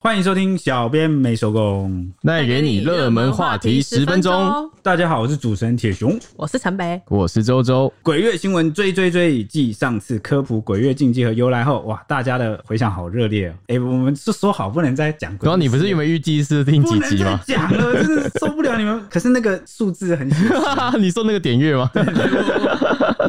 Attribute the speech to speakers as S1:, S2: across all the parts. S1: 欢迎收听小编没收工。
S2: 带给你热门话题十分钟。，
S1: 大家好，我是主持人铁熊。
S2: 我是陈北，
S3: 我是周周，
S1: 鬼月新闻追追追！继上次科普鬼月禁忌和由来后，哇，大家的回响好热烈哦。哎、我们是说好不能再讲鬼故事
S3: 然后
S1: 了，
S3: 啊你不是有没有预计是听
S1: 不
S3: 几
S1: 能
S3: 集
S1: 再
S3: 吗？
S1: 讲了， 真的受不了你们。可是那个数字很喜
S3: 啊你说那个点阅吗？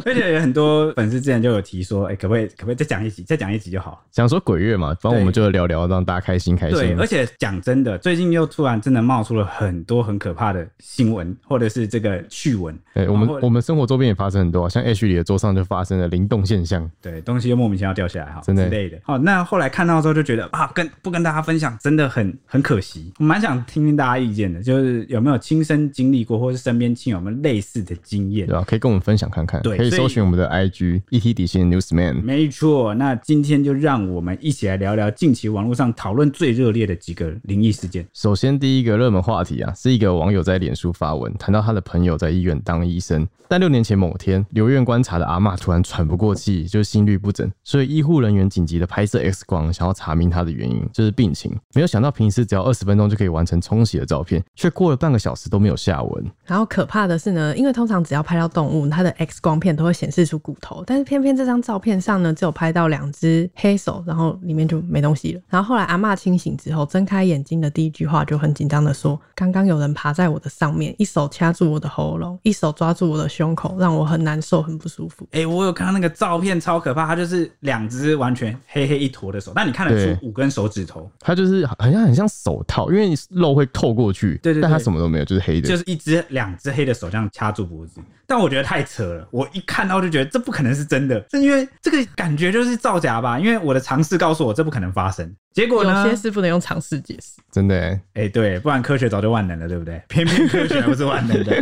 S1: 而且有很多粉丝之前就有提说，哎、可不可以可不可以再讲一集，再讲一集就好。
S3: 想说鬼月嘛，反正我们就聊聊，让大家开心开
S1: 对，
S3: 心
S1: 而。且讲真的，最近又突然真的冒出了很多很可怕的新闻，或者是这个趣闻。
S3: 对，我
S1: 然
S3: 们
S1: 后
S3: 我们生活周边也发生很多啊，像 H 里的桌上就发生了灵动现象。
S1: 对，东西又莫名其妙掉下来哈，
S3: 真的
S1: 之类的。好，那后来看到之后就觉得啊，跟不跟大家分享真的很很可惜。我蛮想听听大家意见的，就是有没有亲身经历过，或是身边亲友们类似的经验
S3: 对。吧、可以跟我们分享看看，
S1: 对
S3: 可以
S1: 所以
S3: 搜寻我们的 IG ET 底线 Newsman。
S1: 没错，那今天就让我们一起来聊聊近期网络上讨论最热烈的几个灵异事件。
S3: 首先，第一个热门话题啊，是一个网友在脸书发文，谈到他的朋友在医院当医生，但六年前某天，留院观察的阿嬷突然喘不过气，就是心律不整，所以医护人员紧急的拍摄 X 光，想要查明她的原因，就是病情。没有想到平时只要二十分钟就可以完成冲洗的照片，却过了半个小时都没有下文。
S2: 然后可怕的是呢，因为通常只要拍到动物，它的 X 光片都会显示出骨头，但是偏偏这张照片上呢，只有拍到两只黑手，然后里面就没东西了。然后后来阿嬷清醒之后，睁开眼睛的第一句话就很紧张的说：“刚刚有人爬在我的上面，一手掐住我的喉咙，一手抓住我的胸口，让我很难受，很不舒服。
S1: 哎、我有看到那个照片，超可怕，它就是两只完全黑黑一坨的手，但你看得
S3: 对
S1: 出五根手指头，
S3: 它就是好像很像手套，因为肉会透过去，
S1: 对对对
S3: 但它什么都没有，就是黑的。
S1: 就是一只两只黑的手这样掐住脖子，但我觉得太扯了，我一看到就觉得这不可能是真的，是因为这个感觉就是造假吧？因为我的尝试告诉我这不可能发生，结”果呢
S2: 有？些是不能用常识解释。
S3: 真的、欸，
S1: 哎、对，不然科学早就万能了，对不对？偏偏科学还不是万能 的。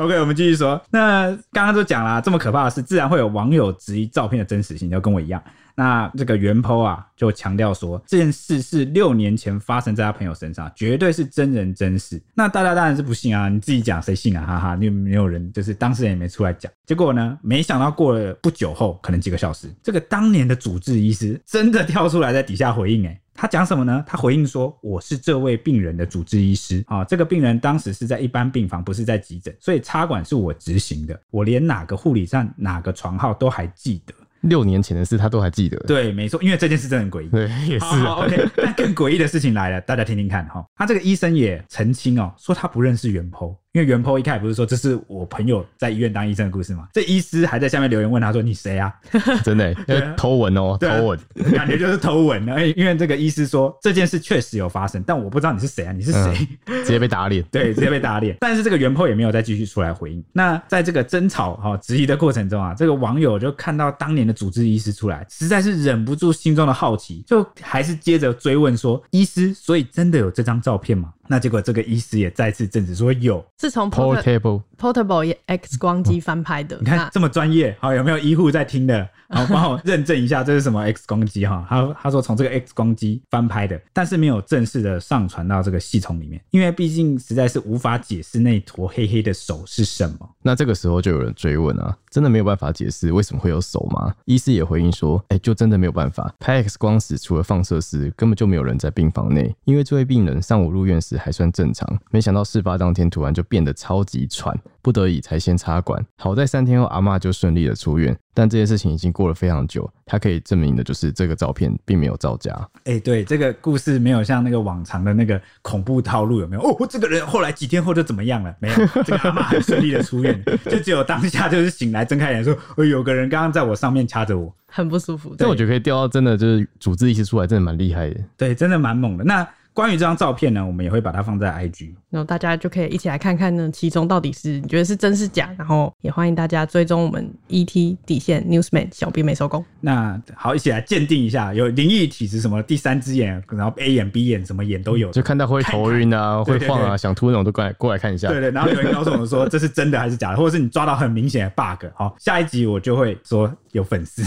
S1: OK，我们继续说。那刚刚都讲啦，这么可怕的事，自然会有网友质疑照片的真实性，就跟我一样。那这个原 po 啊，就强调说这件事是六年前发生在他朋友身上，绝对是真人真事。那大家当然是不信啊，你自己讲谁信啊？哈哈，你没有人，就是当事人也没出来讲。结果呢，没想到过了不久后，可能几个小时，这个当年的主治医师真的跳出来在底下回应、欸，他讲什么呢？他回应说：“我是这位病人的主治医师啊，这个病人当时是在一般病房，不是在急诊，所以插管是我执行的，我连哪个护理站、哪个床号都还记得。
S3: 六年前的事他都还记得。”
S1: 对，没错，因为这件事真的很诡异。
S3: 对，也是、
S1: 好好
S3: 啊。
S1: OK，但更诡异的事情来了，大家听听看哈、他这个医生也澄清哦，说他不认识袁剖，因为袁剖一开始不是说这是我朋友在医院当医生的故事吗？这医师还在下面留言问他说：“你谁啊？”
S3: 真的、欸，
S1: 对啊
S3: 要偷文哦、
S1: 对啊
S3: 偷文。
S1: 感觉就是偷吻了。因为这个医师说这件事确实有发生，但我不知道你是谁啊，你是谁？
S3: 直接被打脸。
S1: 对，直接被打脸。但是这个原 po 也没有再继续出来回应。那在这个争吵哈、质疑的过程中啊，这个网友就看到当年的主治医师出来，实在是忍不住心中的好奇，就还是接着追问说：“医师，所以真的有这张照片吗？”那结果这个医师也再次证实说有。
S2: 自从 Porter-
S3: Portable，
S2: Portable X 光机翻拍 的，
S1: 你
S2: 那
S1: 看这么专业，好有没有医护在听的？好，帮我认证一下这是什么 X 光机哈？他他说从这个 X 光机翻拍的，但是没有正式的上传到这个系统里面，因为毕竟实在是无法解释那坨黑黑的手是什么。
S3: 那这个时候就有人追问啊，真的没有办法解释为什么会有手吗？医师也回应说，哎、就真的没有办法。拍 X 光时，除了放射师，根本就没有人在病房内，因为这位病人上午入院时还算正常，没想到事发当天突然就变得超级喘，不得已才先插管。好在三天后阿嬷就顺利的出院，但这件事情已经过了非常久，他可以证明的就是这个照片并没有造假。
S1: 哎、对，这个故事没有像那个往常的那个恐怖套路，有没有？哦，这个人后来几天后就怎么样了？没有，这个阿妈很顺利的出院，就只有当下就是醒来睁开眼说，哦，有个人刚刚在我上面掐着我。
S2: 很不舒服。
S3: 但我觉得可以调到真的就是组织一起出来，真的蛮厉害的。
S1: 对，真的蛮猛的。那关于这张照片呢，我们也会把它放在 IG。
S2: 然后大家就可以一起来看看呢，其中到底是你觉得是真是假。然后也欢迎大家追踪我们 ET 底线 Newsman 小编没收工。
S1: 那好，一起来鉴定一下，有灵异体质什么第三只眼，然后 A 眼、B 眼什么眼都有。
S3: 就看到会头晕啊，
S1: 看
S3: 会
S1: 对
S3: 晃
S1: 对对
S3: 啊，想吐那种都过来过来看一下。
S1: 对对，然后有人告诉我们 说这是真的还是假的，或者是你抓到很明显的 bug。好，下一集我就会说有粉 丝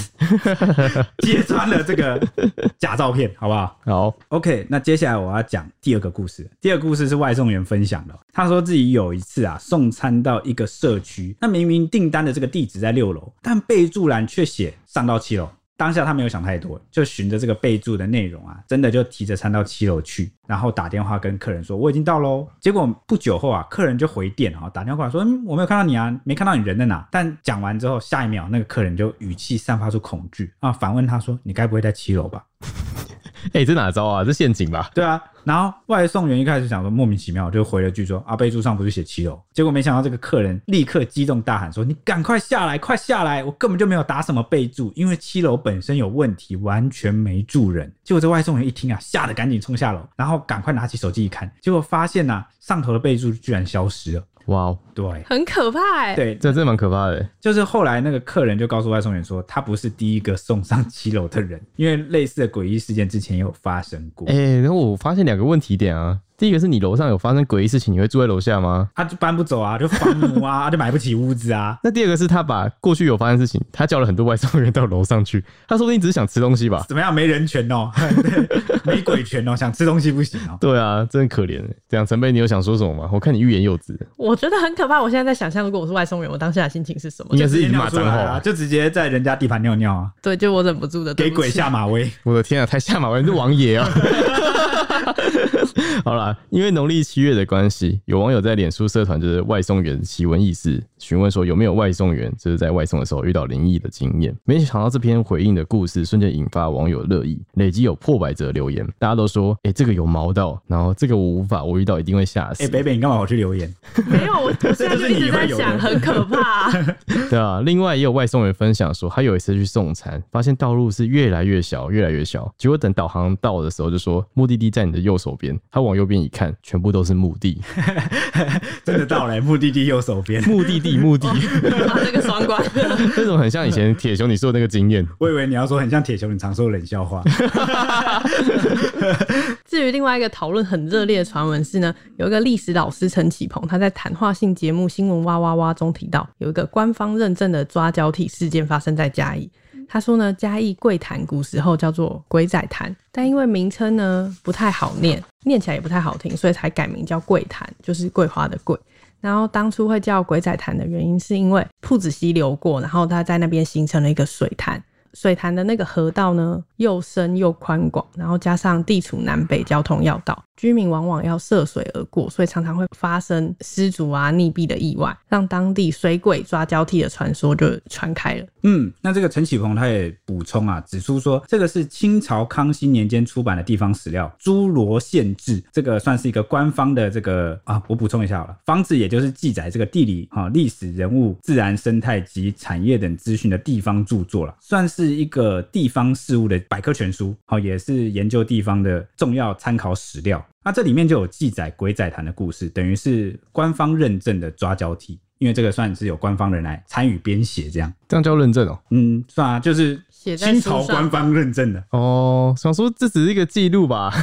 S1: 揭穿了这个假照片，好不好？
S3: 好，
S1: OK，那接下来我要讲第二个故事。第二个故事是外送员分享的哦，他说自己有一次啊送餐到一个社区，那明明订单的这个地址在六楼，但备注栏却写上到七楼。当下他没有想太多，就循着这个备注的内容啊，真的就提着餐到七楼去，然后打电话跟客人说我已经到喽。结果不久后啊，客人就回电啊，打电话过来说、嗯、我没有看到你啊，没看到你人在哪。但讲完之后，下一秒那个客人就语气散发出恐惧啊，反问他说你该不会在七楼吧？
S3: 哎、这哪招啊？这陷阱吧？
S1: 对啊，然后外送员一开始想说莫名其妙，就回了句说啊，备注上不是写七楼，结果没想到这个客人立刻激动大喊说你赶快下来，快下来！我根本就没有打什么备注，因为七楼本身有问题，完全没住人。结果这外送员一听啊，吓得赶紧冲下楼，然后赶快拿起手机一看，结果发现呐、上头的备注居然消失了。
S3: 哇哦，
S1: 对
S2: 很可怕哎、
S1: 对，
S3: 这真的蛮可怕的。
S1: 就是后来那个客人就告诉外送员说，他不是第一个送上七楼的人，因为类似的诡异事件之前也有发生过。
S3: 哎、然后我发现两个问题点啊，第一个是你楼上有发生诡异事情，你会住在楼下吗？
S1: 他就搬不走啊，就房奴 啊，就买不起屋子啊，
S3: 那第二个是他把过去有发生事情，他叫了很多外送员到楼上去，他说不定只是想吃东西吧？
S1: 怎么样？没人权哦， 对没鬼权哦，想吃东西不行哦。
S3: 对啊，真的可怜。这样，陈贝，你有想说什么吗？我看你欲言又止，
S2: 我觉得很可怕。我现在在想象，如果我是外送员，我当下的心情是什么
S3: 应？该
S1: 直
S3: 是
S1: 接
S3: 一直
S1: 尿
S3: 骂
S1: 出
S3: 脏
S1: 来
S3: 话
S1: 啊，
S3: 啊。
S1: 就直接在人家地盘尿尿啊，
S2: 对，就我忍不住的，
S1: 给
S2: 对不
S1: 鬼
S2: 起
S1: 下马威。
S3: 我的天啊，太下马威，你是王爷啊！ 好啦，因为农历七月的关系，有网友在脸书社团就是外送员奇闻异事，询问说有没有外送员就是在外送的时候遇到灵异的经验。没想到这篇回应的故事瞬间引发网友热议，累积有破百则留言，大家都说：“哎、这个有毛到，然后这个我无法，我遇到一定会吓 死。
S1: 哎、北北，你干嘛跑去留言？
S2: 没有，我我现在就一直在
S1: 这就是你会有的
S2: 想，很可怕、
S3: 对啊，另外也有外送员分享说，他有一次去送餐，发现道路是越来越小，越来越小。结果等导航到的时候，就说目的地在你的右手边。他往右边一看，全部都是墓地，
S1: 真的到了、目的地右手边。
S3: 墓地 地墓地，
S2: 把这个双关。
S3: 这种很像以前铁熊你说的那个经验。
S1: 我以为你要说很像铁熊，你常说的冷笑话。
S2: 至于另外一个讨论很热烈的传闻是呢，有一个历史老师陈启鹏，他在谈话性节目《新闻哇哇哇》中提到，有一个官方认证的抓交替事件发生在嘉义。他说呢，嘉义贵潭古时候叫做鬼仔潭，但因为名称呢不太好念，念起来也不太好听，所以才改名叫贵潭，就是桂花的桂。然后当初会叫鬼仔潭的原因，是因为铺子溪流过，然后它在那边形成了一个水潭。水潭的那个河道呢，又深又宽广，然后加上地处南北交通要道，居民往往要涉水而过，所以常常会发生失足啊、溺毙的意外，让当地水鬼抓交替的传说就传开了。
S1: 嗯，那这个陈启鹏他也补充啊，指出说这个是清朝康熙年间出版的地方史料《诸罗县志》，这个算是一个官方的这个啊，我补充一下好了，方志也就是记载这个地理啊、历史人物、自然生态及产业等资讯的地方著作了，算是一个地方事务的百科全书，好、也是研究地方的重要参考史料。那这里面就有记载鬼仔坛的故事，等于是官方认证的抓交替。因为这个算是有官方人来参与编写这样，
S3: 这样叫认证哦。
S1: 嗯，算啊，就是
S2: 写在
S1: 清
S2: 书
S1: 朝官
S2: 上
S1: 方认证的，
S3: 哦，想说这只是一个记录 吧。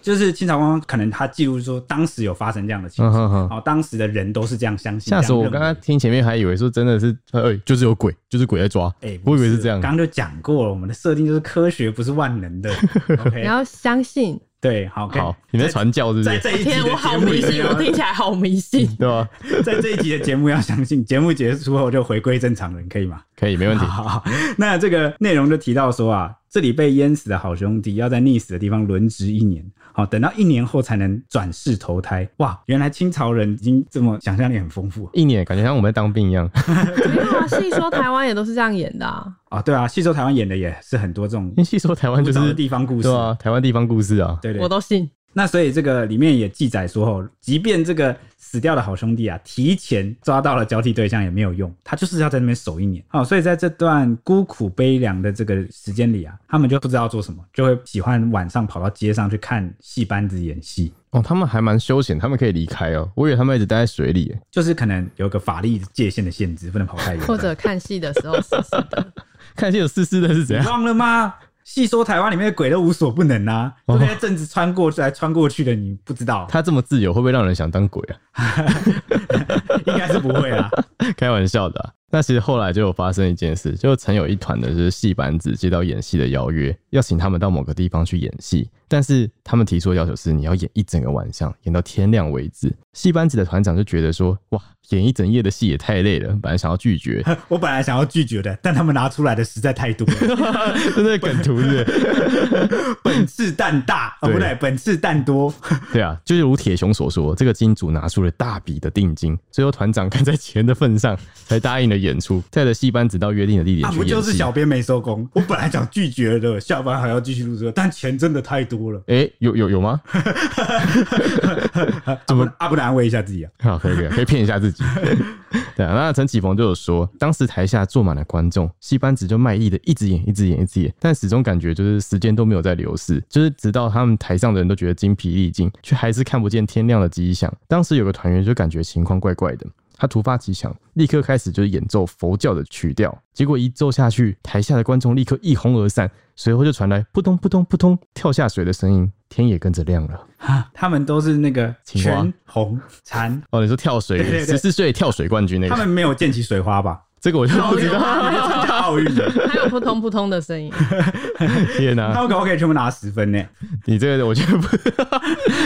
S1: 就是清朝官方可能他记录说当时有发生这样的 情
S3: 嗯
S1: 况，
S3: 哼哼
S1: 哦，当时的人都是这样相信。
S3: 吓死我！
S1: 这样认
S3: 我
S1: 为
S3: 刚刚听前面还以为说真的是，哎、就是有鬼，就是鬼在抓。
S1: 哎，不
S3: 我以为是这样。
S1: 刚刚就讲过了，我们的设定就是科学不是万 能的。OK，
S2: 你要相信，
S1: 对，好，
S3: 好，你在传教是不
S1: 在
S3: 是？
S1: 这哎一集
S2: 天，
S1: 的
S2: 我
S1: 节
S2: 好
S1: 目
S2: 迷
S1: 里
S2: 信，
S1: 面
S2: 我
S1: 要，
S2: 听起来好迷信。
S3: 对啊吧？
S1: 在这一集的节目要相信，节目结束后就回归正常人，可以吗？
S3: 可以，没问题。
S1: 好好，那这个内容就提到说啊，这里被淹死的好兄弟要在溺死的地方轮值一年，好，等到一年后才能转世投胎。哇，原来清朝人已经这么想象力很丰富
S3: 一年感觉像我们在当兵一样。
S2: 没有啊，戏说台湾也都是这样演的、啊。
S1: 啊、对啊，戏说台湾演的也是很多这种
S3: 因为细说台湾就
S1: 古早的
S3: 是
S1: 地方故事，
S3: 对啊，台湾地方故事啊，
S1: 对对
S2: 我都信。
S1: 那所以这个里面也记载说，哦，即便这个死掉的好兄弟啊，提前抓到了交替对象也没有用，他就是要在那边守一年。哦，所以在这段孤苦悲凉的这个时间里啊，他们就不知道做什么，就会喜欢晚上跑到街上去看戏班子演戏。
S3: 哦，他们还蛮休闲，他们可以离开哦。我以为他们一直待在水里耶，
S1: 就是可能有个法律界限的限制，不能跑太远。
S2: 或者看戏的时候死死的，
S3: 看见有湿湿的是怎
S1: 你
S3: 样？
S1: 忘了吗？戏说台湾里面的鬼都无所不能啊，
S2: 哦
S1: 这些正子穿过来穿过去的，你不知道，
S3: 他这么自由，会不会让人想当鬼啊？
S1: 应该是不会啊啦。
S3: 开玩笑的啊、那其实后来就有发生一件事，就曾有一团的就是戏班子接到演戏的邀约，要请他们到某个地方去演戏，但是他们提出的要求是你要演一整个晚上，演到天亮为止。戏班子的团长就觉得说，哇，演一整夜的戏也太累了，本来想要拒 绝，
S1: 我本来想要拒绝的，但他们拿出来的实在太多了。
S3: 真的梗图是不是
S1: 本次蛋大哦，
S3: 对
S1: 不对，本次蛋多。
S3: 对啊，就是如铁雄所说，这个金主拿出了大笔的定金，最后团长看在钱的份上，才答应了演出，带着戏班子到约定的地点
S1: 啊，
S3: 去
S1: 不
S3: 演戏。
S1: 就是小编没收工？我本来想拒绝的，下班还要继续录这个，但钱真的太多了。
S3: 哎、有有有吗？
S1: 怎么啊？不然安慰一下自己啊？
S3: 好，可以可以可以骗一下自 己。对啊，那陈启鹏就有说，当时台下坐满了观众，戏班子就卖力的一直演，一直演，一直演，但始终感觉就是时间都没有在流逝，就是直到他们台上的人都觉得精疲力尽，却还是看不见天亮的迹象。当时有个团员就感觉情况怪怪的。他突发奇想，立刻开始就是演奏佛教的曲调。结果一奏下去，台下的观众立刻一哄而散，随后就传来扑通扑通扑通跳下水的声音，天也跟着亮了。
S1: 啊，他们都是那个
S3: 青蛙
S1: 全红婵，
S3: 哦，你说跳水
S1: 对对对
S3: 十四岁跳水冠军那个
S1: 他？们没有溅起水花吧？
S3: 这个我就不知道。
S1: 没有参加奥运 的，
S2: 还有扑通扑通的 声音，
S3: 天哪、
S1: 他 们可不可以全部拿十分呢？
S3: 你这个我觉得不，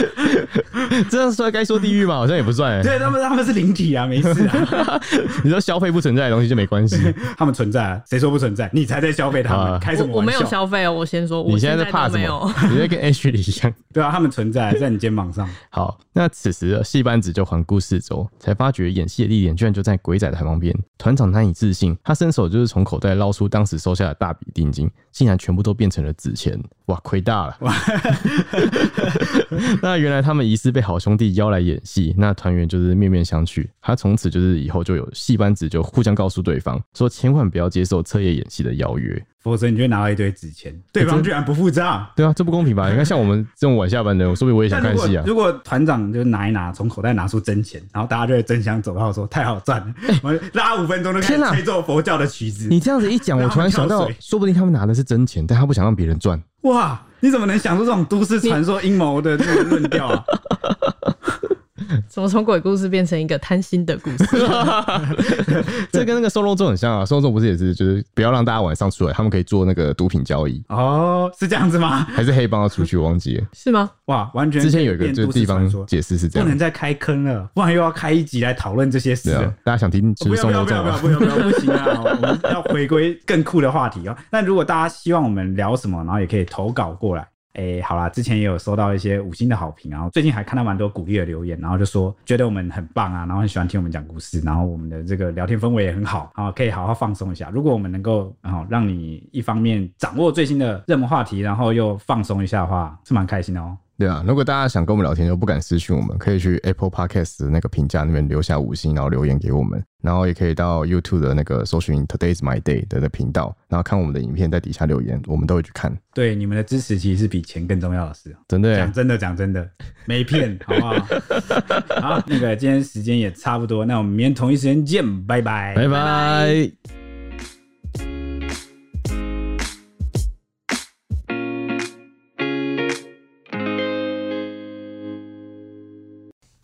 S3: 这样说该说地狱吗？好像也不算、欸。
S1: 对，他们他们是灵体啊，没事 啊，
S3: 你说消费不存在的东西就没关系。
S1: 他们存在啊，谁说不存在？你才在消费他
S3: 啊
S1: 们，开什么
S2: 我我没
S1: 玩
S2: 有
S1: 笑？
S2: 消费哦，我先说，
S3: 你
S2: 我
S3: 在
S2: 在
S3: 怕
S2: 都
S3: 什
S2: 没
S3: 么
S2: 有。？
S3: 你在跟 H 里一样。
S1: 对啊，他们存在在你肩膀上，
S3: 好，那此时戏班子就环顾四周，才发觉演戏的地点居然就在鬼仔的旁边。团长难以置信，他伸手就是从口袋捞出当时收下的大笔定金，竟然全部都变成了纸钱，哇，亏大了！那原来他们疑似被好兄弟邀来演戏，那团员就是面面相觑。他从此就是以后就有戏班子就互相告诉对方说，千万不要接受彻夜演戏的邀约。
S1: 否则你就会拿到一堆纸钱，对
S3: 哎
S1: 方居然不付账。
S3: 对啊，这不公平吧？你看，像我们这种晚下班的人，说不定我也想
S1: 但
S3: 看
S1: 如果
S3: 戏啊。
S1: 如果团长就拿一拿，从口袋拿出真钱，然后大家就会争相走到说太好 赚了，我们拉五分钟就开
S3: 天
S1: 始
S3: 哪
S1: 吹奏佛教的曲子。
S3: 你这样子一 讲，我
S1: 让他
S3: 突然想
S1: 跳
S3: 到
S1: 水，
S3: 说不定他们拿的是真钱，但他不想让别人赚。
S1: 哇，你怎么能想出这种都市传说阴谋的这种论调 啊？
S2: 怎么从鬼故事变成一个贪心的故事？
S3: 这跟那个收容中很像啊，收容中不是也是就是不要让大家晚上出来，他们可以做那个毒品交易，
S1: 哦，是这样子吗？
S3: 还是黑帮要出去，我忘记了。
S2: 是吗？
S1: 哇，完全
S3: 之前有一个
S1: 变
S3: 就
S1: 都
S3: 是
S1: 市
S3: 地
S1: 传
S3: 方
S1: 说，
S3: 解释是这
S1: 不能
S3: 样，
S1: 再开坑了，不然又要开一集来讨论这些事
S3: 对
S1: 了
S3: 啊。，大家想听就
S1: 哦不
S3: 是
S1: 要
S3: 收
S1: 不要
S3: 容
S1: 不要不要不
S3: 中啊。
S1: 要不要不行啊！ 我们要回归更酷的话题哦。那如果大家希望我们聊什么，然后也可以投稿过来。哎，好啦，之前也有收到一些五星的好评，然后最近还看到蛮多鼓励的留言，然后就说觉得我们很棒啊，然后很喜欢听我们讲故事，然后我们的这个聊天氛围也很好，啊，可以好好放松一下。如果我们能够啊、让你一方面掌握最新的热门话题，然后又放松一下的话，是蛮开心的哦。
S3: 对啊，如果大家想跟我们聊天又不敢私讯我们，可以去 Apple Podcast 的那个评价那边留下五星，然后留言给我们，然后也可以到 YouTube 的那个搜寻 Today's My Day 的的频道，然后看我们的影片，在底下留言，我们都会去看。
S1: 对你们的支持其实是比钱更重要的事。
S3: 真的耶
S1: 讲，真的，讲真的，没 骗，好不好？好，那个今天时间也差不多，那我们明天同一时间见，拜拜，
S3: 拜拜。